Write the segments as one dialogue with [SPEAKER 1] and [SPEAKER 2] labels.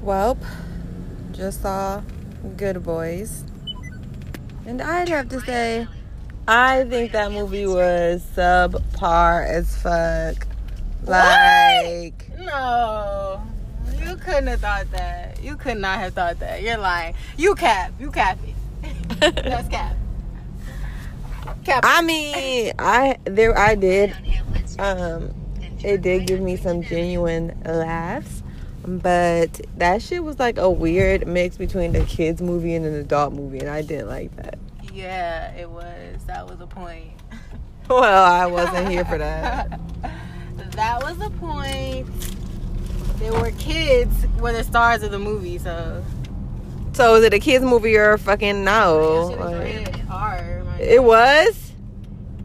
[SPEAKER 1] Well, just saw Good Boys. And I'd have to say, I think that movie was subpar as fuck. Like,
[SPEAKER 2] No. You couldn't have thought that. You could not have thought that. You're lying. You cap. You cap it. That's cap. Cap.
[SPEAKER 1] I mean, I there I did. Um, it did give me some genuine laughs, but that shit was like a weird mix between a kids movie and an adult movie, and I didn't like that.
[SPEAKER 2] yeah, it was. That was a point.
[SPEAKER 1] Well, I wasn't here for that.
[SPEAKER 2] that was the point. There were kids were the stars of the movie, so
[SPEAKER 1] So is it a kids movie or fucking no?
[SPEAKER 2] That
[SPEAKER 1] Oh,
[SPEAKER 2] shit is
[SPEAKER 1] Like,
[SPEAKER 2] rated R, my
[SPEAKER 1] it
[SPEAKER 2] God.
[SPEAKER 1] was.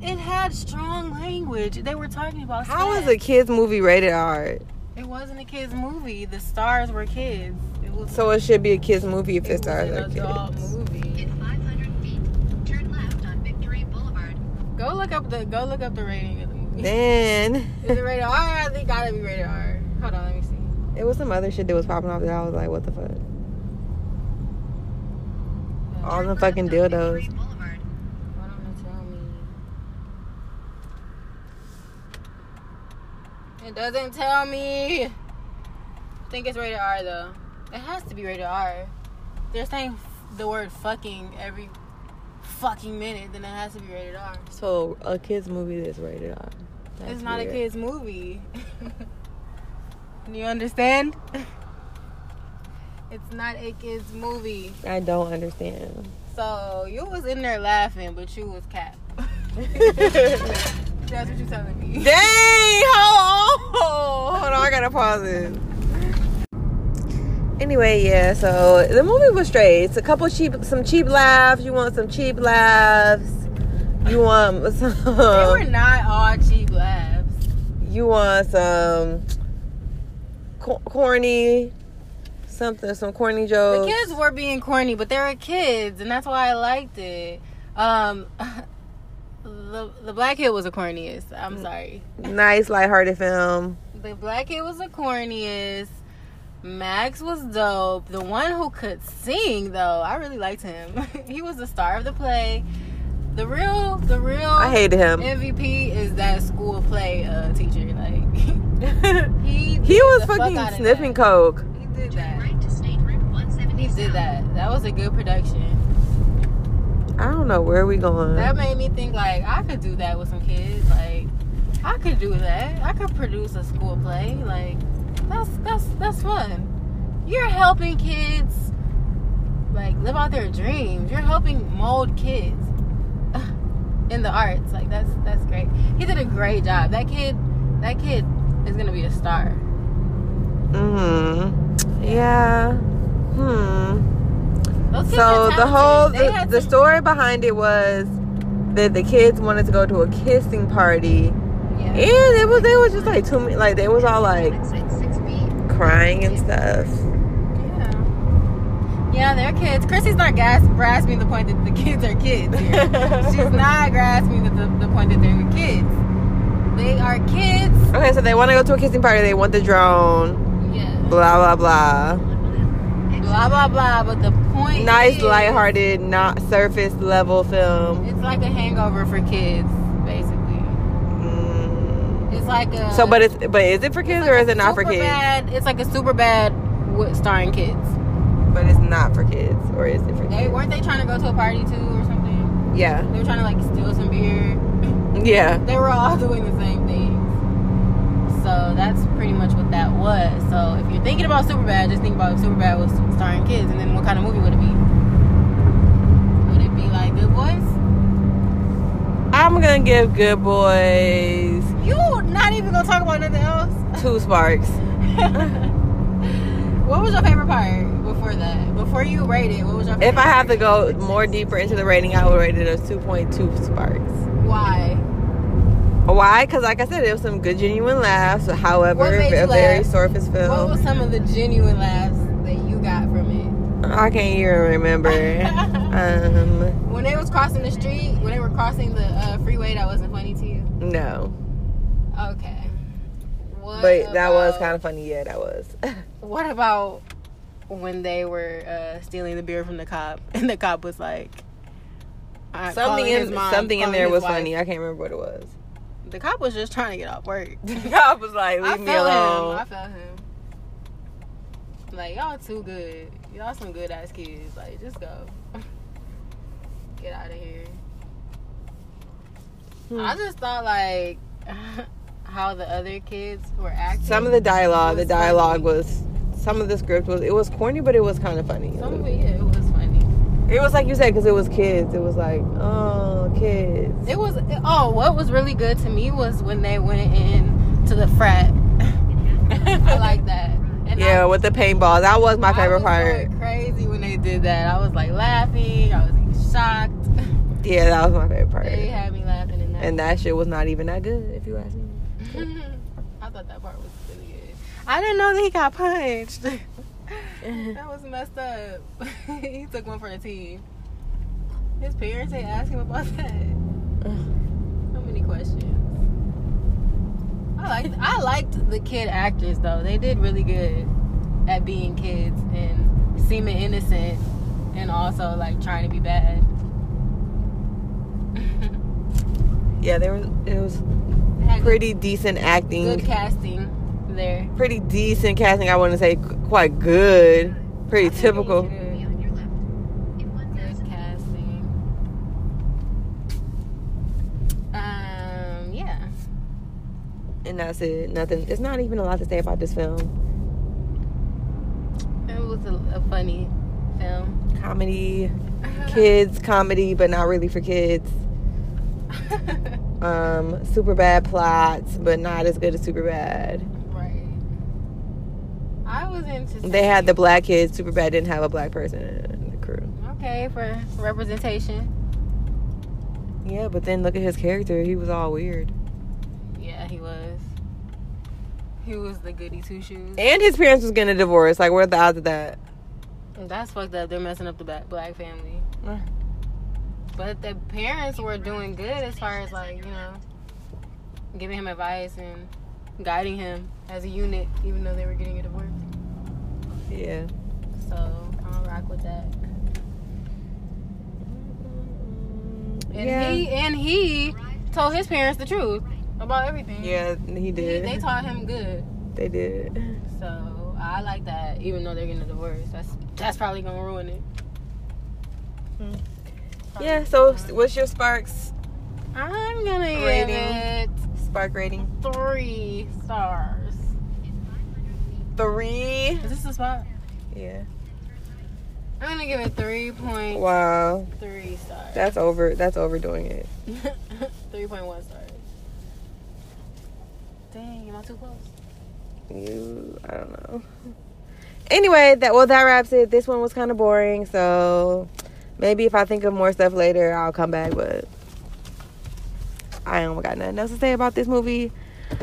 [SPEAKER 2] It had strong language. They were talking about
[SPEAKER 1] How
[SPEAKER 2] sex.
[SPEAKER 1] is a kids movie rated R?
[SPEAKER 2] It wasn't a kids movie. The stars were kids. It was
[SPEAKER 1] So it should be a kids movie if
[SPEAKER 2] it
[SPEAKER 1] the
[SPEAKER 2] was
[SPEAKER 1] stars
[SPEAKER 2] an
[SPEAKER 1] are
[SPEAKER 2] adult
[SPEAKER 1] kids.
[SPEAKER 2] movie.
[SPEAKER 3] In 500 feet, turn left on Victory Boulevard.
[SPEAKER 2] Go look up the go look up the rating of the movie.
[SPEAKER 1] Then
[SPEAKER 2] Is it rated R? I think gotta be rated R. Hold on, let me see.
[SPEAKER 1] it was some other shit that was popping off that I was like, what the fuck? All the fucking dildos.
[SPEAKER 3] Victory Boulevard.
[SPEAKER 2] Why don't it tell me? It doesn't tell me. I think it's rated R though. It has to be rated R. They're saying f- the word fucking every fucking minute, then it has to be rated R.
[SPEAKER 1] So a kids movie that's rated R. That's
[SPEAKER 2] it's not a
[SPEAKER 1] weird.
[SPEAKER 2] kid's movie. Do you understand? It's not a kid's movie.
[SPEAKER 1] I don't understand.
[SPEAKER 2] So you was in there laughing, but you was cap. That's what you're telling me.
[SPEAKER 1] Dang, hold on. Hold on, I gotta pause it. Anyway, yeah, so the movie was straight. It's a couple cheap, some cheap laughs. You want some cheap laughs. You want
[SPEAKER 2] They were
[SPEAKER 1] some,
[SPEAKER 2] not all cheap laughs.
[SPEAKER 1] you want some co- corny, something, some corny
[SPEAKER 2] The
[SPEAKER 1] jokes.
[SPEAKER 2] kids were being corny, but they were kids, and that's why I liked it. Um, the the black kid was the corniest. I'm
[SPEAKER 1] Mm.
[SPEAKER 2] sorry.
[SPEAKER 1] Nice, lighthearted film.
[SPEAKER 2] The black kid was the corniest. Max was dope. The one who could sing, though, I really liked him. he was the star of the play. The real, the real.
[SPEAKER 1] I hated him.
[SPEAKER 2] MVP is that school play uh, teacher. Like he did
[SPEAKER 1] He was
[SPEAKER 2] the fuck
[SPEAKER 1] fucking
[SPEAKER 2] outta
[SPEAKER 1] sniffing
[SPEAKER 2] that.
[SPEAKER 1] coke.
[SPEAKER 2] He did
[SPEAKER 3] Turn
[SPEAKER 2] that.
[SPEAKER 3] right to State Route 170
[SPEAKER 2] He did
[SPEAKER 3] South.
[SPEAKER 2] that. That was a good production.
[SPEAKER 1] I don't know where we going.
[SPEAKER 2] That made me think like I could do that with some kids. Like I could do that. I could produce a school play. Like that's that's that's fun. You're helping kids like live out their dreams. You're helping mold kids in the arts. Like that's that's great. He did a great job. That kid that kid is gonna be a star.
[SPEAKER 1] Hmm. Yeah. Hmm.
[SPEAKER 2] Those kids
[SPEAKER 1] So
[SPEAKER 2] are
[SPEAKER 1] the whole
[SPEAKER 2] talented. They
[SPEAKER 1] the,
[SPEAKER 2] had
[SPEAKER 1] the
[SPEAKER 2] some-
[SPEAKER 1] story behind it was that the kids wanted to go to a kissing party,
[SPEAKER 2] Yeah.
[SPEAKER 1] and it was they was just like too many, like they was all like
[SPEAKER 3] Exit 6B.
[SPEAKER 1] crying and stuff.
[SPEAKER 2] Yeah, Yeah, they're kids. Chrissy's not gas- grasping the point that the kids are kids. Here. She's not grasping the, the, the point that they're kids. They are kids.
[SPEAKER 1] Okay, so they want to go to a kissing party. They want the drone.
[SPEAKER 2] Yeah.
[SPEAKER 1] Blah blah blah.
[SPEAKER 2] Blah blah blah. But the point.
[SPEAKER 1] Nice,
[SPEAKER 2] is,
[SPEAKER 1] lighthearted, not surface level film.
[SPEAKER 2] It's like a hangover for kids, basically.
[SPEAKER 1] Mm.
[SPEAKER 2] It's like a.
[SPEAKER 1] So, but it's but is it for kids or is it not for kids?
[SPEAKER 2] Bad, it's like a super bad with starring kids.
[SPEAKER 1] But it's not for kids, or is it for
[SPEAKER 2] They
[SPEAKER 1] kids?
[SPEAKER 2] weren't they trying to go to a party too or something?
[SPEAKER 1] Yeah,
[SPEAKER 2] They were trying to like steal some beer.
[SPEAKER 1] yeah.
[SPEAKER 2] they were all doing the same things. So that's pretty much what that was. So if you're thinking about Superbad, just think about if Superbad was starring kids, and then what kind of movie would it be? Would it be like Good Boys?
[SPEAKER 1] I'm gonna give Good Boys
[SPEAKER 2] You not even gonna talk about nothing else.
[SPEAKER 1] two sparks.
[SPEAKER 2] what was your favorite part before that? Before you rate it, what was your favorite
[SPEAKER 1] If I have to
[SPEAKER 2] part?
[SPEAKER 1] go more deeper into the rating, I would rate it a 2.2 sparks.
[SPEAKER 2] why?
[SPEAKER 1] Why? Because like I said, it was some good genuine laughs. However,
[SPEAKER 2] What made
[SPEAKER 1] a
[SPEAKER 2] you
[SPEAKER 1] very
[SPEAKER 2] laugh?
[SPEAKER 1] surface
[SPEAKER 2] What
[SPEAKER 1] film.
[SPEAKER 2] was some of the genuine laughs that you got from
[SPEAKER 1] I can't even remember.
[SPEAKER 2] it?
[SPEAKER 1] um,
[SPEAKER 2] when they was crossing the street, when they were crossing the uh, freeway, that wasn't funny to you.
[SPEAKER 1] no,
[SPEAKER 2] Okay. What
[SPEAKER 1] but that was
[SPEAKER 2] about-
[SPEAKER 1] kind of funny. Yeah, that was.
[SPEAKER 2] What about when they were uh, stealing the beer from the cop, and the cop was like, uh,
[SPEAKER 1] Something
[SPEAKER 2] calling his
[SPEAKER 1] in
[SPEAKER 2] mom,
[SPEAKER 1] something in
[SPEAKER 2] calling
[SPEAKER 1] there
[SPEAKER 2] his
[SPEAKER 1] was
[SPEAKER 2] wife.
[SPEAKER 1] funny. I can't remember what it was.
[SPEAKER 2] The cop was just trying to get off work.
[SPEAKER 1] The cop was like,
[SPEAKER 2] I
[SPEAKER 1] "Leave me
[SPEAKER 2] felt
[SPEAKER 1] alone."
[SPEAKER 2] Him. I felt him. Like y'all too good. Y'all some good ass kids. Like just go. Get out of here.
[SPEAKER 1] Hmm.
[SPEAKER 2] I just thought like how the other kids were acting.
[SPEAKER 1] some of the dialogue, the
[SPEAKER 2] was funny.
[SPEAKER 1] dialogue was some of the script was it was corny, but it was kind of funny.
[SPEAKER 2] Some of it, yeah, it was funny.
[SPEAKER 1] It was like you said because it was kids. It was like, oh, kids.
[SPEAKER 2] It was oh, what was really good to me was when they went in to the frat. I like that. And I
[SPEAKER 1] yeah, with the paintballs, that was my favorite
[SPEAKER 2] I was
[SPEAKER 1] part.
[SPEAKER 2] going crazy when they did that. I was like laughing. I was like, shocked.
[SPEAKER 1] Yeah, that was my favorite part.
[SPEAKER 2] They had me laughing in that.
[SPEAKER 1] And that shit was not even that good, if you ask me.
[SPEAKER 2] I thought that part was really good. I didn't know that he got punched. that was messed up. he took one for the team. His parents ain't asked him about that. So many questions. I liked I liked the kid actors though. They did really good at being kids and seeming innocent and also like trying to be bad.
[SPEAKER 1] Yeah, there was it was
[SPEAKER 2] They had
[SPEAKER 1] pretty decent
[SPEAKER 2] good
[SPEAKER 1] acting,
[SPEAKER 2] casting there.
[SPEAKER 1] pretty decent casting. I wouldn't say qu- quite good, pretty
[SPEAKER 2] I think it was
[SPEAKER 1] typical.
[SPEAKER 2] good.
[SPEAKER 3] Be on your left. In 1,000
[SPEAKER 2] Good casting. Um, yeah.
[SPEAKER 1] And that's it. Nothing. It's not even a lot to say about this film.
[SPEAKER 2] It was a, a funny film.
[SPEAKER 1] Comedy, kids comedy, but not really for kids. Um, super bad plots, but not as good as super bad.
[SPEAKER 2] right. I was into.
[SPEAKER 1] They had the black kids. Super bad didn't have a black person in the crew.
[SPEAKER 2] Okay, for representation.
[SPEAKER 1] Yeah, but then look at his character. He was all weird.
[SPEAKER 2] Yeah, he was. He was the goody two shoes.
[SPEAKER 1] And his parents was getting a divorce. Like, what are the odds of that?
[SPEAKER 2] That's fucked up. They're messing up the black, black family.
[SPEAKER 1] Mm.
[SPEAKER 2] But the parents were doing good as far as like, you know, giving him advice and guiding him as a unit, even though they were getting a divorce.
[SPEAKER 1] Yeah.
[SPEAKER 2] So I don't rock with that. And
[SPEAKER 1] yeah.
[SPEAKER 2] he and he told his parents the truth about everything.
[SPEAKER 1] yeah, he
[SPEAKER 2] He-
[SPEAKER 1] did.
[SPEAKER 2] they taught him good.
[SPEAKER 1] they did.
[SPEAKER 2] So I like that, even though they're getting a divorce. That's that's probably gonna ruin it.
[SPEAKER 1] Hmm.
[SPEAKER 2] Probably
[SPEAKER 1] Yeah. So,
[SPEAKER 2] gonna ruin it.
[SPEAKER 1] what's your sparks
[SPEAKER 2] I'm gonna give
[SPEAKER 1] Rating.
[SPEAKER 2] it
[SPEAKER 1] spark rating?
[SPEAKER 2] three stars.
[SPEAKER 1] Three.
[SPEAKER 2] Is this the spot?
[SPEAKER 1] Yeah.
[SPEAKER 2] I'm gonna give it three point
[SPEAKER 1] Wow.
[SPEAKER 2] three stars.
[SPEAKER 1] That's over. That's overdoing it.
[SPEAKER 2] three point one stars. Dang, am I too close?
[SPEAKER 1] You. I don't know. Anyway, that well that wraps it. This one was kind of boring, so maybe if I think of more stuff later, I'll come back. But I don't got nothing else to say about this movie.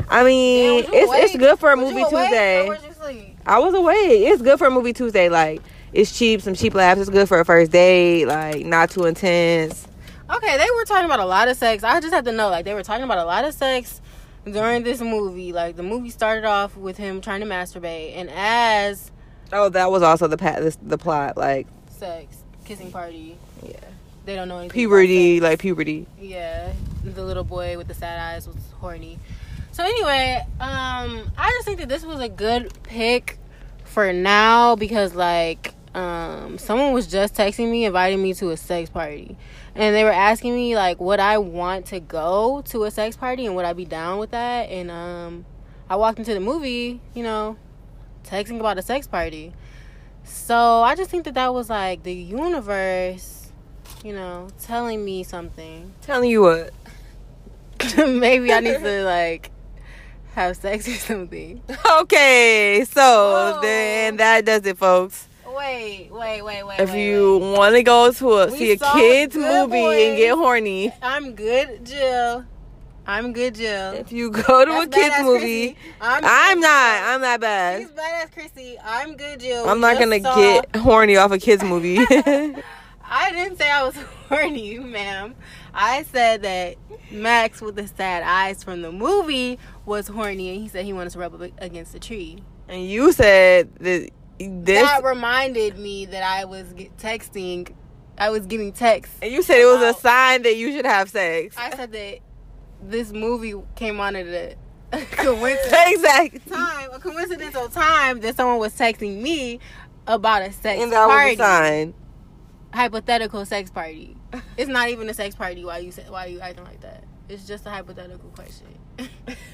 [SPEAKER 1] I mean,
[SPEAKER 2] Damn, was you
[SPEAKER 1] it's it's
[SPEAKER 2] awake?
[SPEAKER 1] good for a
[SPEAKER 2] Was
[SPEAKER 1] movie
[SPEAKER 2] you awake or
[SPEAKER 1] Tuesday.
[SPEAKER 2] was you asleep?
[SPEAKER 1] I was away. It's good for a movie Tuesday. Like it's cheap, some cheap laughs. It's good for a first date. Like not too intense.
[SPEAKER 2] Okay, they were talking about a lot of sex. I just have to know, like, they were talking about a lot of sex during this movie. Like, the movie started off with him trying to masturbate, and as
[SPEAKER 1] Oh, that was also the pa- this, the plot. Like
[SPEAKER 2] sex, kissing party.
[SPEAKER 1] Yeah.
[SPEAKER 2] They don't know anything. about sex.
[SPEAKER 1] puberty, like puberty.
[SPEAKER 2] Yeah, the little boy with the sad eyes was horny. So anyway, um, I just think that this was a good pick for now because like um someone was just texting me inviting me to a sex party and they were asking me like would i want to go to a sex party and would i be down with that and um i walked into the movie you know texting about a sex party so i just think that that was like the universe you know telling me something
[SPEAKER 1] Telling you what.
[SPEAKER 2] maybe I need to like have sex or something.
[SPEAKER 1] Okay, so
[SPEAKER 2] Whoa.
[SPEAKER 1] then that does it, folks.
[SPEAKER 2] Wait, wait, wait, wait.
[SPEAKER 1] If
[SPEAKER 2] wait,
[SPEAKER 1] you
[SPEAKER 2] wait.
[SPEAKER 1] want to go to a
[SPEAKER 2] We
[SPEAKER 1] see a
[SPEAKER 2] saw
[SPEAKER 1] kids
[SPEAKER 2] Good
[SPEAKER 1] movie and get horny,
[SPEAKER 2] I'm good, Jill. I'm good, Jill.
[SPEAKER 1] if you go to
[SPEAKER 2] That's
[SPEAKER 1] a kids
[SPEAKER 2] badass
[SPEAKER 1] movie,
[SPEAKER 2] Chrissy. I'm,
[SPEAKER 1] I'm not. I'm not bad.
[SPEAKER 2] She's badass, Chrissy. I'm good, Jill.
[SPEAKER 1] I'm
[SPEAKER 2] We
[SPEAKER 1] not
[SPEAKER 2] just
[SPEAKER 1] gonna
[SPEAKER 2] saw-
[SPEAKER 1] get horny off a kids movie.
[SPEAKER 2] I didn't say I was horny, ma'am. I said that Max with the sad eyes from the movie was horny, and he said he wanted to rub up against the tree.
[SPEAKER 1] and you said that This
[SPEAKER 2] that reminded me that I was get texting. I was giving texts.
[SPEAKER 1] you said it was a
[SPEAKER 2] about-
[SPEAKER 1] sign that you should have sex.
[SPEAKER 2] I said that this movie came on at a coincidence
[SPEAKER 1] exactly.
[SPEAKER 2] time, a coincidental time that someone was texting me about a sex
[SPEAKER 1] And that was
[SPEAKER 2] party,
[SPEAKER 1] a sign.
[SPEAKER 2] hypothetical sex party. It's not even a sex party. Why you say, why you acting like that? It's just a hypothetical question.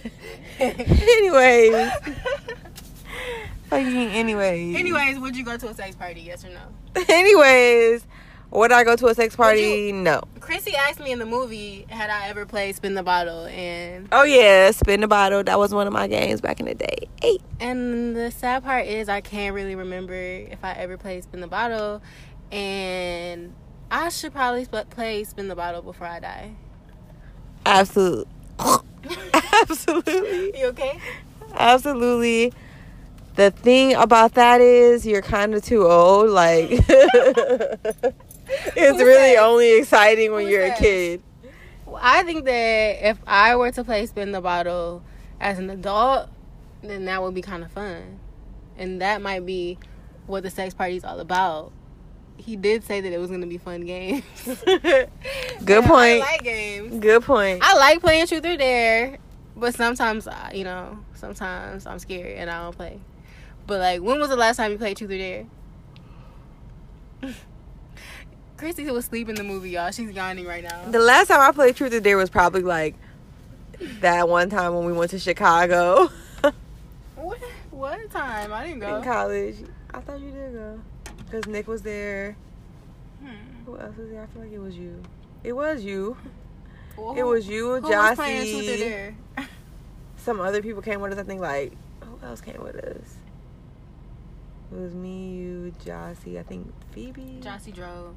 [SPEAKER 1] Anyways, fucking anyways.
[SPEAKER 2] Anyways, would you go to a sex party? Yes or no?
[SPEAKER 1] Anyways, would I go to a sex party? no.
[SPEAKER 2] Chrissy asked me in the movie, had I ever played spin the bottle, and
[SPEAKER 1] Oh yeah, spin the bottle. That was one of my games back in the day. Eight.
[SPEAKER 2] and the sad part is I can't really remember if I ever played spin the bottle, and I should probably sp- play spin the bottle before I die.
[SPEAKER 1] Absolutely. Absolutely.
[SPEAKER 2] You okay?
[SPEAKER 1] Absolutely. The thing about that is you're kind of too old. Like, it's
[SPEAKER 2] Who
[SPEAKER 1] really
[SPEAKER 2] says?
[SPEAKER 1] only exciting when
[SPEAKER 2] Who
[SPEAKER 1] you're
[SPEAKER 2] says?
[SPEAKER 1] a kid.
[SPEAKER 2] Well, I think that if I were to play spin the bottle as an adult, then that would be kind of fun, and that might be what the sex party is all about. He did say that it was going to be fun games. Good I
[SPEAKER 1] point.
[SPEAKER 2] like games.
[SPEAKER 1] Good point.
[SPEAKER 2] I like playing truth or dare, but sometimes uh, you know, sometimes I'm scared and I don't play. But like, when was the last time you played truth or dare? Chrissy was asleep in the movie, y'all. She's yawning right now.
[SPEAKER 1] The last time I played Truth or Dare was probably like that one time when we went to Chicago
[SPEAKER 2] what? What time? I didn't
[SPEAKER 1] in
[SPEAKER 2] go.
[SPEAKER 1] college. I thought you did go because Nick was there.
[SPEAKER 2] Hmm.
[SPEAKER 1] Who else was there? I feel like it was you. It was you.
[SPEAKER 2] Well,
[SPEAKER 1] It
[SPEAKER 2] who-
[SPEAKER 1] was you,
[SPEAKER 2] Oh, who was playing truth or
[SPEAKER 1] Jossie.
[SPEAKER 2] dare?
[SPEAKER 1] Some other people came with us. I think like who else came with us? It was me, you, Jossie. I think Phoebe.
[SPEAKER 2] Jossie drove.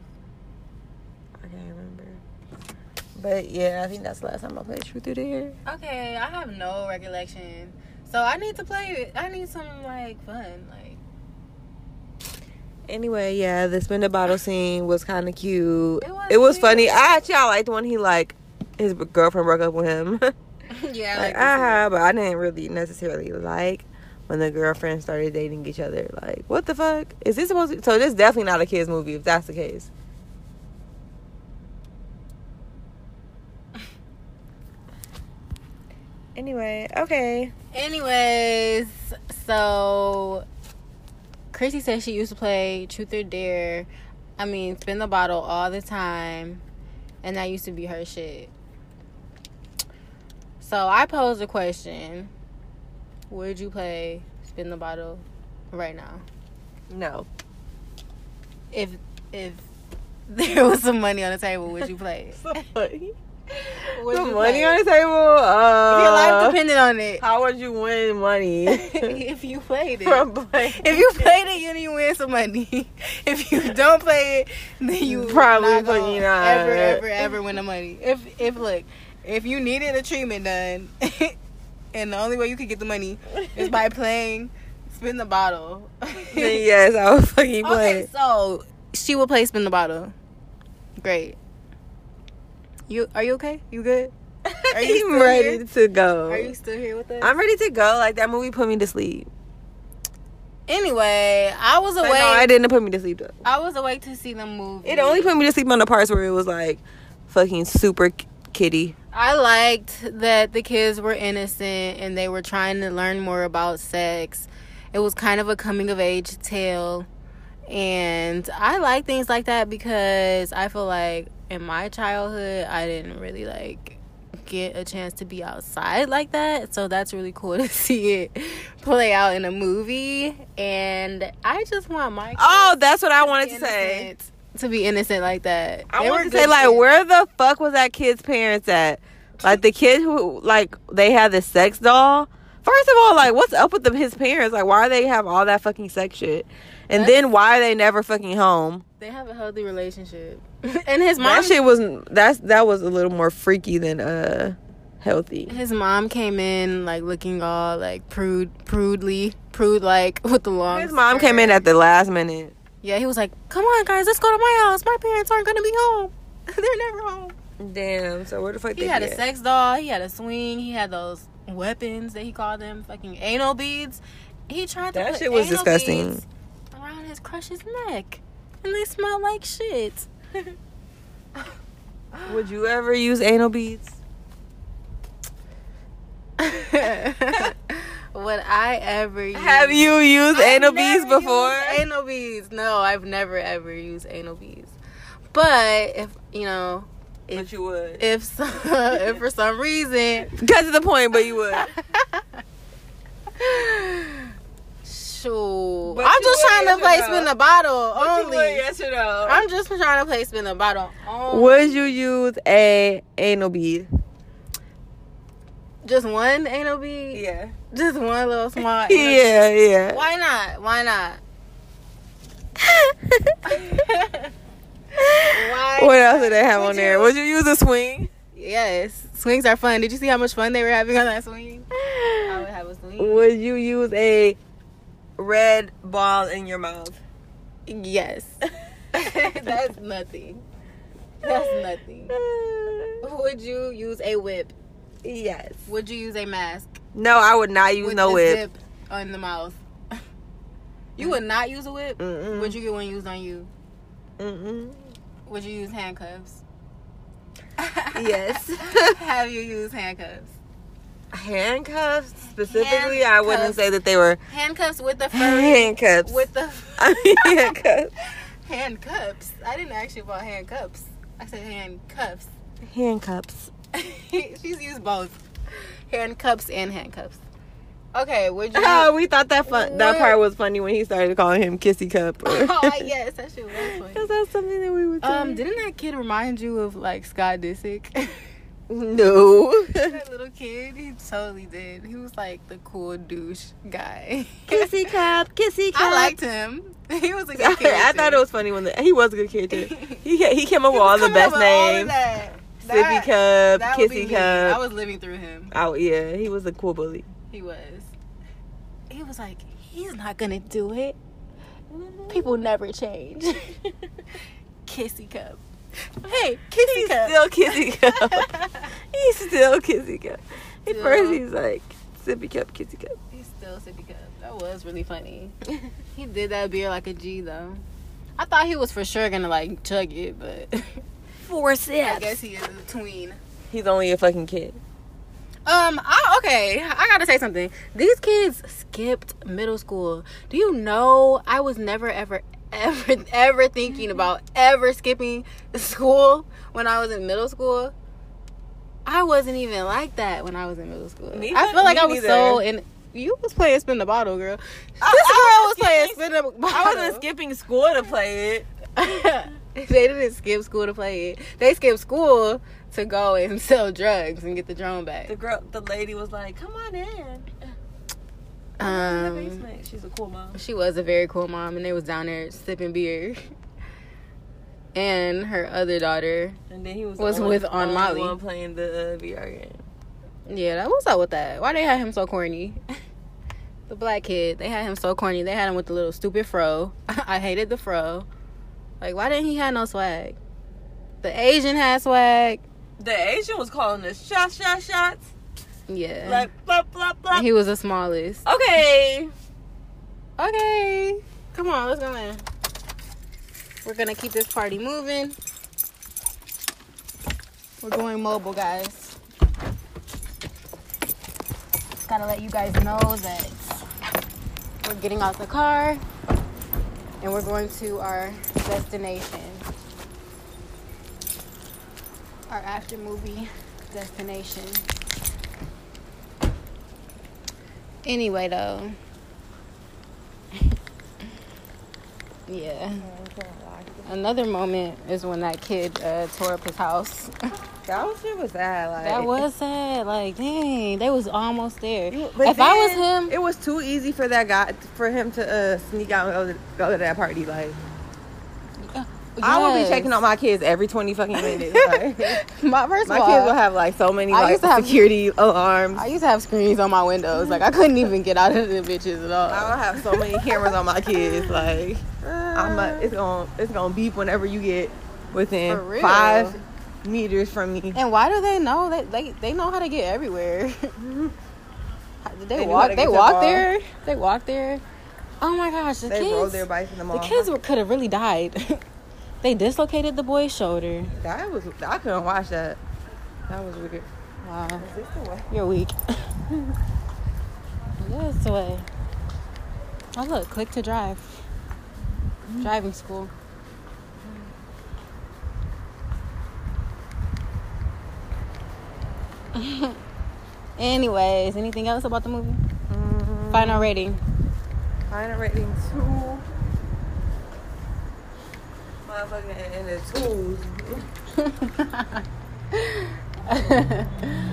[SPEAKER 1] I can't remember. But yeah, I think that's the last time I played Truth or Dare.
[SPEAKER 2] Okay, I have no recollection, so I need to play it. I need some like fun, like.
[SPEAKER 1] Anyway, yeah, the spin the bottle scene was kind of cute.
[SPEAKER 2] It was
[SPEAKER 1] It was
[SPEAKER 2] cute.
[SPEAKER 1] funny. I actually I liked when he like his girlfriend broke up with him. like,
[SPEAKER 2] yeah, I
[SPEAKER 1] I
[SPEAKER 2] like this
[SPEAKER 1] have, but I didn't really necessarily like when the girlfriends started dating each other. Like, what the fuck is this supposed? to So this is definitely not a kids movie if that's the case. Anyway, okay.
[SPEAKER 2] Anyways, so Chrissy said she used to play Truth or Dare. I mean, spin the bottle all the time, and that used to be her shit. So I posed a question: Would you play spin the bottle right now?
[SPEAKER 1] No,
[SPEAKER 2] If if there was some money on the table, would you play it?
[SPEAKER 1] the money
[SPEAKER 2] Would you play
[SPEAKER 1] on
[SPEAKER 2] it?
[SPEAKER 1] the table. Uh,
[SPEAKER 2] If your life depended on it.
[SPEAKER 1] How would you win money
[SPEAKER 2] if you played it.
[SPEAKER 1] from playing?
[SPEAKER 2] If you played it, you didn't win some money. If you don't play it, then you
[SPEAKER 1] Probably
[SPEAKER 2] not gonna
[SPEAKER 1] fucking not.
[SPEAKER 2] ever, ever, ever win the money. If if look, if you needed a treatment done, and the only way you could get the money is by playing spin the bottle.
[SPEAKER 1] Then yes, I would fucking play.
[SPEAKER 2] Okay,
[SPEAKER 1] it.
[SPEAKER 2] so she will play spin the bottle. Great. You are you okay? You good? Are you
[SPEAKER 1] I'm
[SPEAKER 2] still
[SPEAKER 1] ready
[SPEAKER 2] here?
[SPEAKER 1] to go?
[SPEAKER 2] Are you still here with us?
[SPEAKER 1] Oh. I'm ready to go. Like that movie put me to sleep.
[SPEAKER 2] anyway, I was
[SPEAKER 1] But
[SPEAKER 2] awake.
[SPEAKER 1] no,
[SPEAKER 2] I,
[SPEAKER 1] I didn't put me to sleep though.
[SPEAKER 2] was awake to see the movie.
[SPEAKER 1] It only put me to sleep on the parts where it was like fucking super k- kitty.
[SPEAKER 2] I liked that the kids were innocent and they were trying to learn more about sex. It was kind of a coming of age tale. And I like things like that because I feel like in my childhood, I didn't really like get a chance to be outside like that. So that's really cool to see it play out in a movie. And I just want my kids
[SPEAKER 1] Oh, that's what I wanted to
[SPEAKER 2] innocent-
[SPEAKER 1] say.
[SPEAKER 2] to be innocent like that.
[SPEAKER 1] I
[SPEAKER 2] They
[SPEAKER 1] wanted
[SPEAKER 2] were
[SPEAKER 1] to say
[SPEAKER 2] good
[SPEAKER 1] like,
[SPEAKER 2] kids.
[SPEAKER 1] where the fuck was that kid's parents at? Like the kid who like they had the sex doll. First of all, like what's up with the, his parents? Like why they have all that fucking sex shit? And
[SPEAKER 2] That's-
[SPEAKER 1] then why are they never fucking home?
[SPEAKER 2] They have a healthy relationship. and his mom
[SPEAKER 1] That shit was that's that was a little more freaky than uh healthy.
[SPEAKER 2] his mom came in like looking all like prude prudely, prude like with the long
[SPEAKER 1] His mom came in at the last minute.
[SPEAKER 2] Yeah, he was like, Come on guys, let's go to my house. My parents aren't gonna be home. They're never home.
[SPEAKER 1] Damn. So where the fuck
[SPEAKER 2] He
[SPEAKER 1] they
[SPEAKER 2] had a
[SPEAKER 1] get?
[SPEAKER 2] sex doll, he had a swing, he had those weapons that he called them fucking anal beads. He tried to
[SPEAKER 1] That
[SPEAKER 2] put
[SPEAKER 1] shit was
[SPEAKER 2] anal
[SPEAKER 1] disgusting.
[SPEAKER 2] beads his crush's neck, and they smell like shit.
[SPEAKER 1] Would you ever use anal beads?
[SPEAKER 2] Would I ever use
[SPEAKER 1] Have you used
[SPEAKER 2] I've
[SPEAKER 1] anal beads
[SPEAKER 2] never
[SPEAKER 1] before?
[SPEAKER 2] used anal beads? No, I've never ever used anal beads. But if you know,
[SPEAKER 1] but you would.
[SPEAKER 2] if some, if for some reason,
[SPEAKER 1] Cut to the point, but you would.
[SPEAKER 2] Shoot,
[SPEAKER 1] But
[SPEAKER 2] I'm
[SPEAKER 1] you
[SPEAKER 2] just
[SPEAKER 1] would
[SPEAKER 2] trying
[SPEAKER 1] answer
[SPEAKER 2] to play
[SPEAKER 1] no.
[SPEAKER 2] spin the bottle
[SPEAKER 1] But you
[SPEAKER 2] only.
[SPEAKER 1] would, yes or no?
[SPEAKER 2] I'm just trying to play spin the bottle only.
[SPEAKER 1] Would you use a anal bead?
[SPEAKER 2] Just one anal bead.
[SPEAKER 1] Yeah.
[SPEAKER 2] Just one little small. anal bead?
[SPEAKER 1] Yeah, yeah.
[SPEAKER 2] Why not? Why not? Why?
[SPEAKER 1] What else did they have
[SPEAKER 2] Would
[SPEAKER 1] on there?
[SPEAKER 2] you-
[SPEAKER 1] Would you use a swing?
[SPEAKER 2] Yes, swings are fun. Did you see how much fun they were having on that swing? I would have a swing.
[SPEAKER 1] Would you use a red ball in your mouth?
[SPEAKER 2] Yes. That's nothing. That's nothing. Would you use a whip?
[SPEAKER 1] Yes.
[SPEAKER 2] Would you use a mask?
[SPEAKER 1] No, I would not use
[SPEAKER 2] with
[SPEAKER 1] no
[SPEAKER 2] the
[SPEAKER 1] whip.
[SPEAKER 2] zip on the mouth. You would not use a whip?
[SPEAKER 1] Mm-mm.
[SPEAKER 2] Would you get one used on you?
[SPEAKER 1] Mm-mm.
[SPEAKER 2] Would you use handcuffs?
[SPEAKER 1] Yes.
[SPEAKER 2] have you used handcuffs?
[SPEAKER 1] Handcuffs specifically, I wouldn't
[SPEAKER 2] Handcuffs.
[SPEAKER 1] say that they were
[SPEAKER 2] Handcuffs with the furry.
[SPEAKER 1] handcuffs.
[SPEAKER 2] with the
[SPEAKER 1] I mean, handcuffs.
[SPEAKER 2] handcuffs. I didn't actually about handcuffs. I said handcuffs.
[SPEAKER 1] Handcuffs.
[SPEAKER 2] She's used both handcuffs and handcuffs. Okay, would you?
[SPEAKER 1] Oh, we thought that fun. That
[SPEAKER 2] What?
[SPEAKER 1] part was funny when he started calling him Kissy Cup.
[SPEAKER 2] oh yes, that shit was funny.
[SPEAKER 1] Because that's something that we would.
[SPEAKER 2] Um, didn't that kid remind you of like Scott Disick?
[SPEAKER 1] no.
[SPEAKER 2] that little kid, he totally did. He was like the cool douche guy.
[SPEAKER 1] Kissy Cup. Kissy Cup.
[SPEAKER 2] I liked him. He was a
[SPEAKER 1] I,
[SPEAKER 2] good kid.
[SPEAKER 1] thought it was funny when the, he was a good kid too. He he came up
[SPEAKER 2] He
[SPEAKER 1] with
[SPEAKER 2] was
[SPEAKER 1] all the
[SPEAKER 2] coming
[SPEAKER 1] best
[SPEAKER 2] up with all of
[SPEAKER 1] names.
[SPEAKER 2] that.
[SPEAKER 1] Sippy
[SPEAKER 2] That-
[SPEAKER 1] Cup,
[SPEAKER 2] that would be
[SPEAKER 1] Kissy
[SPEAKER 2] me. I
[SPEAKER 1] Cup.
[SPEAKER 2] was living through him.
[SPEAKER 1] Oh yeah, he was a cool bully.
[SPEAKER 2] He was. He was like, he's not gonna do it. People never change. Kissy cup. Hey, kissy
[SPEAKER 1] He's
[SPEAKER 2] cup.
[SPEAKER 1] still Kissy Cup. he's still Kissy Cup. At
[SPEAKER 2] Still.
[SPEAKER 1] first he's like Sippy Cup, Kissy Cup.
[SPEAKER 2] he's still sippy cup. That was really funny. he did that beer like a G though. I thought he was for sure gonna like chug it, but
[SPEAKER 1] Four
[SPEAKER 2] I
[SPEAKER 1] sips.
[SPEAKER 2] guess he is a tween.
[SPEAKER 1] He's only a fucking kid.
[SPEAKER 2] Um, I, okay, I gotta say something. These kids skipped middle school. Do you know I was never, ever, ever, ever thinking about ever skipping school when I was in middle school? I wasn't even like that when I was in middle school.
[SPEAKER 1] Me
[SPEAKER 2] I
[SPEAKER 1] neither-
[SPEAKER 2] feel like
[SPEAKER 1] me
[SPEAKER 2] I was so in. You was playing spin the bottle, girl. This girl was playing spin the bottle.
[SPEAKER 1] I wasn't skipping school to play it.
[SPEAKER 2] they didn't skip school to play it. They skipped school to go and sell drugs and get the drone back.
[SPEAKER 1] The girl, the lady was like, "Come on in." In the
[SPEAKER 2] Um,
[SPEAKER 1] basement. She's a cool mom.
[SPEAKER 2] she was a very cool mom, and they was down there sipping beer. And her other daughter,
[SPEAKER 1] And then he was,
[SPEAKER 2] Was
[SPEAKER 1] the
[SPEAKER 2] with
[SPEAKER 1] only-
[SPEAKER 2] Aunt
[SPEAKER 1] only
[SPEAKER 2] Molly.
[SPEAKER 1] one playing the uh, VR game.
[SPEAKER 2] yeah, that what's up with that? Why they had him so corny? the black kid, they had him so corny. They had him with the little stupid fro. I hated the fro. Like, why didn't he have no swag? The Asian had swag.
[SPEAKER 1] The Asian was calling us shots, shots, shots.
[SPEAKER 2] Yeah,
[SPEAKER 1] Like blah blah blah.
[SPEAKER 2] And he was the smallest.
[SPEAKER 1] okay.
[SPEAKER 2] Okay. Come on, let's go in. We're gonna keep this party moving. We're going mobile, guys. Just gotta let you guys know that we're getting out the car and we're going to our destination. Our after movie destination. Anyway, though. Yeah. Another moment is when that kid uh, tore up his house.
[SPEAKER 1] That was shit was sad. Like
[SPEAKER 2] That was sad. Like, dang, they was almost there.
[SPEAKER 1] You- but
[SPEAKER 2] if I was
[SPEAKER 1] then
[SPEAKER 2] him,
[SPEAKER 1] it was too easy for that guy for him to uh, sneak out and go to, go to that party. Like I will be
[SPEAKER 2] yes.
[SPEAKER 1] checking on my kids every twenty fucking minutes. Like,
[SPEAKER 2] my first
[SPEAKER 1] my
[SPEAKER 2] of all,
[SPEAKER 1] kids will have like so many
[SPEAKER 2] I
[SPEAKER 1] like
[SPEAKER 2] used to have-
[SPEAKER 1] security alarms.
[SPEAKER 2] I used to have screens on my windows. Like I couldn't even get out of the bitches at all.
[SPEAKER 1] I will have so many cameras on my kids. Like I'm a, it's gonna it's gonna beep whenever you get
[SPEAKER 2] For
[SPEAKER 1] within
[SPEAKER 2] real.
[SPEAKER 1] five meters from me.
[SPEAKER 2] and why do they know that they, they know how to get everywhere? How- Did they,
[SPEAKER 1] They knew how
[SPEAKER 2] walk
[SPEAKER 1] to
[SPEAKER 2] they
[SPEAKER 1] get to
[SPEAKER 2] walk
[SPEAKER 1] the
[SPEAKER 2] there. They walk there. Oh my gosh, the
[SPEAKER 1] they rolled
[SPEAKER 2] kids.
[SPEAKER 1] their bikes in the
[SPEAKER 2] the
[SPEAKER 1] mall.
[SPEAKER 2] kids were could have really died. they dislocated the boy's shoulder.
[SPEAKER 1] That was I couldn't watch that. That was weird.
[SPEAKER 2] Wow,
[SPEAKER 1] Is this the way?
[SPEAKER 2] you're weak. this way. Oh look, click to drive. Driving school. Anyways, anything else about the movie?
[SPEAKER 1] Mm,
[SPEAKER 2] Final rating.
[SPEAKER 1] Final rating two. Motherfucking in the twos.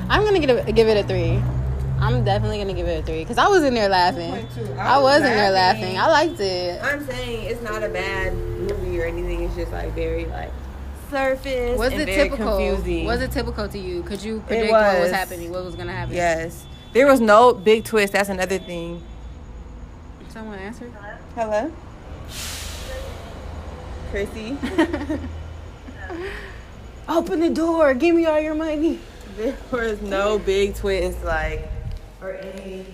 [SPEAKER 2] I'm gonna give it, give it a three. I'm definitely gonna give it a three because I was in there laughing.
[SPEAKER 1] 2.2.
[SPEAKER 2] I,
[SPEAKER 1] I
[SPEAKER 2] was
[SPEAKER 1] was
[SPEAKER 2] in there
[SPEAKER 1] laughing.
[SPEAKER 2] laughing. I liked it.
[SPEAKER 1] I'm saying it's not a bad movie or anything. It's just like very like surface.
[SPEAKER 2] Was
[SPEAKER 1] and
[SPEAKER 2] it
[SPEAKER 1] very
[SPEAKER 2] typical?
[SPEAKER 1] Confusing.
[SPEAKER 2] Was it typical to you? Could you predict what was
[SPEAKER 1] was.
[SPEAKER 2] happening? What was gonna happen?
[SPEAKER 1] Yes. There was no big twist. That's another thing.
[SPEAKER 2] Someone answered.
[SPEAKER 1] Hello. Chrissy.
[SPEAKER 2] Open the door. Give me all your money.
[SPEAKER 1] There was no big twist, like, or any,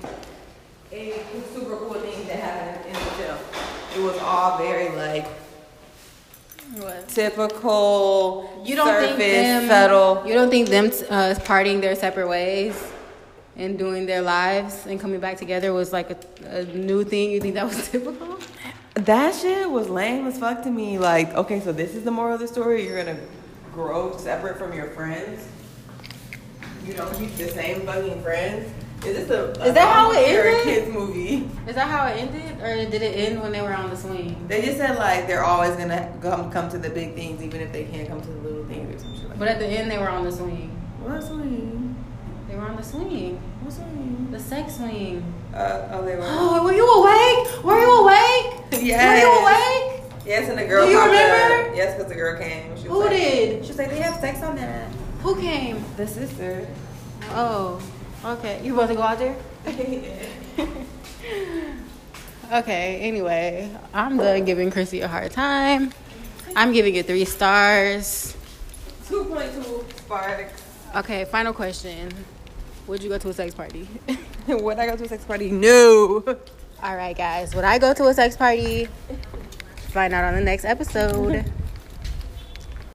[SPEAKER 1] any super cool things that happened in the film. It was all very, like,
[SPEAKER 2] What?
[SPEAKER 1] typical,
[SPEAKER 2] You don't
[SPEAKER 1] surface,
[SPEAKER 2] think them,
[SPEAKER 1] subtle.
[SPEAKER 2] You don't think them uh, parting their separate ways and doing their lives and coming back together was like a, a new thing? You think that was typical?
[SPEAKER 1] That shit was lame as fuck to me. Like, okay, so this is the moral of the story. You're gonna grow separate from your friends. You don't keep the same fucking friends. Is this a, a
[SPEAKER 2] Is that how it
[SPEAKER 1] movie or a
[SPEAKER 2] ended?
[SPEAKER 1] kids movie?
[SPEAKER 2] Is that how it ended, or did it end when they were on the swing?
[SPEAKER 1] They just said like they're always gonna come come to the big things, even if they can't come to the little things or some shit like.
[SPEAKER 2] But at the end, they were on the swing.
[SPEAKER 1] What swing?
[SPEAKER 2] They were on the swing,
[SPEAKER 1] What swing?
[SPEAKER 2] the sex swing.
[SPEAKER 1] Uh, oh, they were.
[SPEAKER 2] Oh, were you awake? Were you awake?
[SPEAKER 1] Yes.
[SPEAKER 2] Were you awake?
[SPEAKER 1] Yes, and the girl.
[SPEAKER 2] Do you
[SPEAKER 1] popped
[SPEAKER 2] remember?
[SPEAKER 1] Up. Yes, because the girl came. She was
[SPEAKER 2] Who
[SPEAKER 1] like,
[SPEAKER 2] did?
[SPEAKER 1] She was like, they have sex on that.
[SPEAKER 2] Who came?
[SPEAKER 1] The sister.
[SPEAKER 2] Oh, okay. You about to go out there? Okay. Anyway, I'm done giving Chrissy a hard time. I'm giving it three stars.
[SPEAKER 1] Two point two sparks.
[SPEAKER 2] Okay. Final question: Would you go to a sex party?
[SPEAKER 1] Would I go to a sex party? No.
[SPEAKER 2] All right, guys. Would I go to a sex party? Find out on the next episode.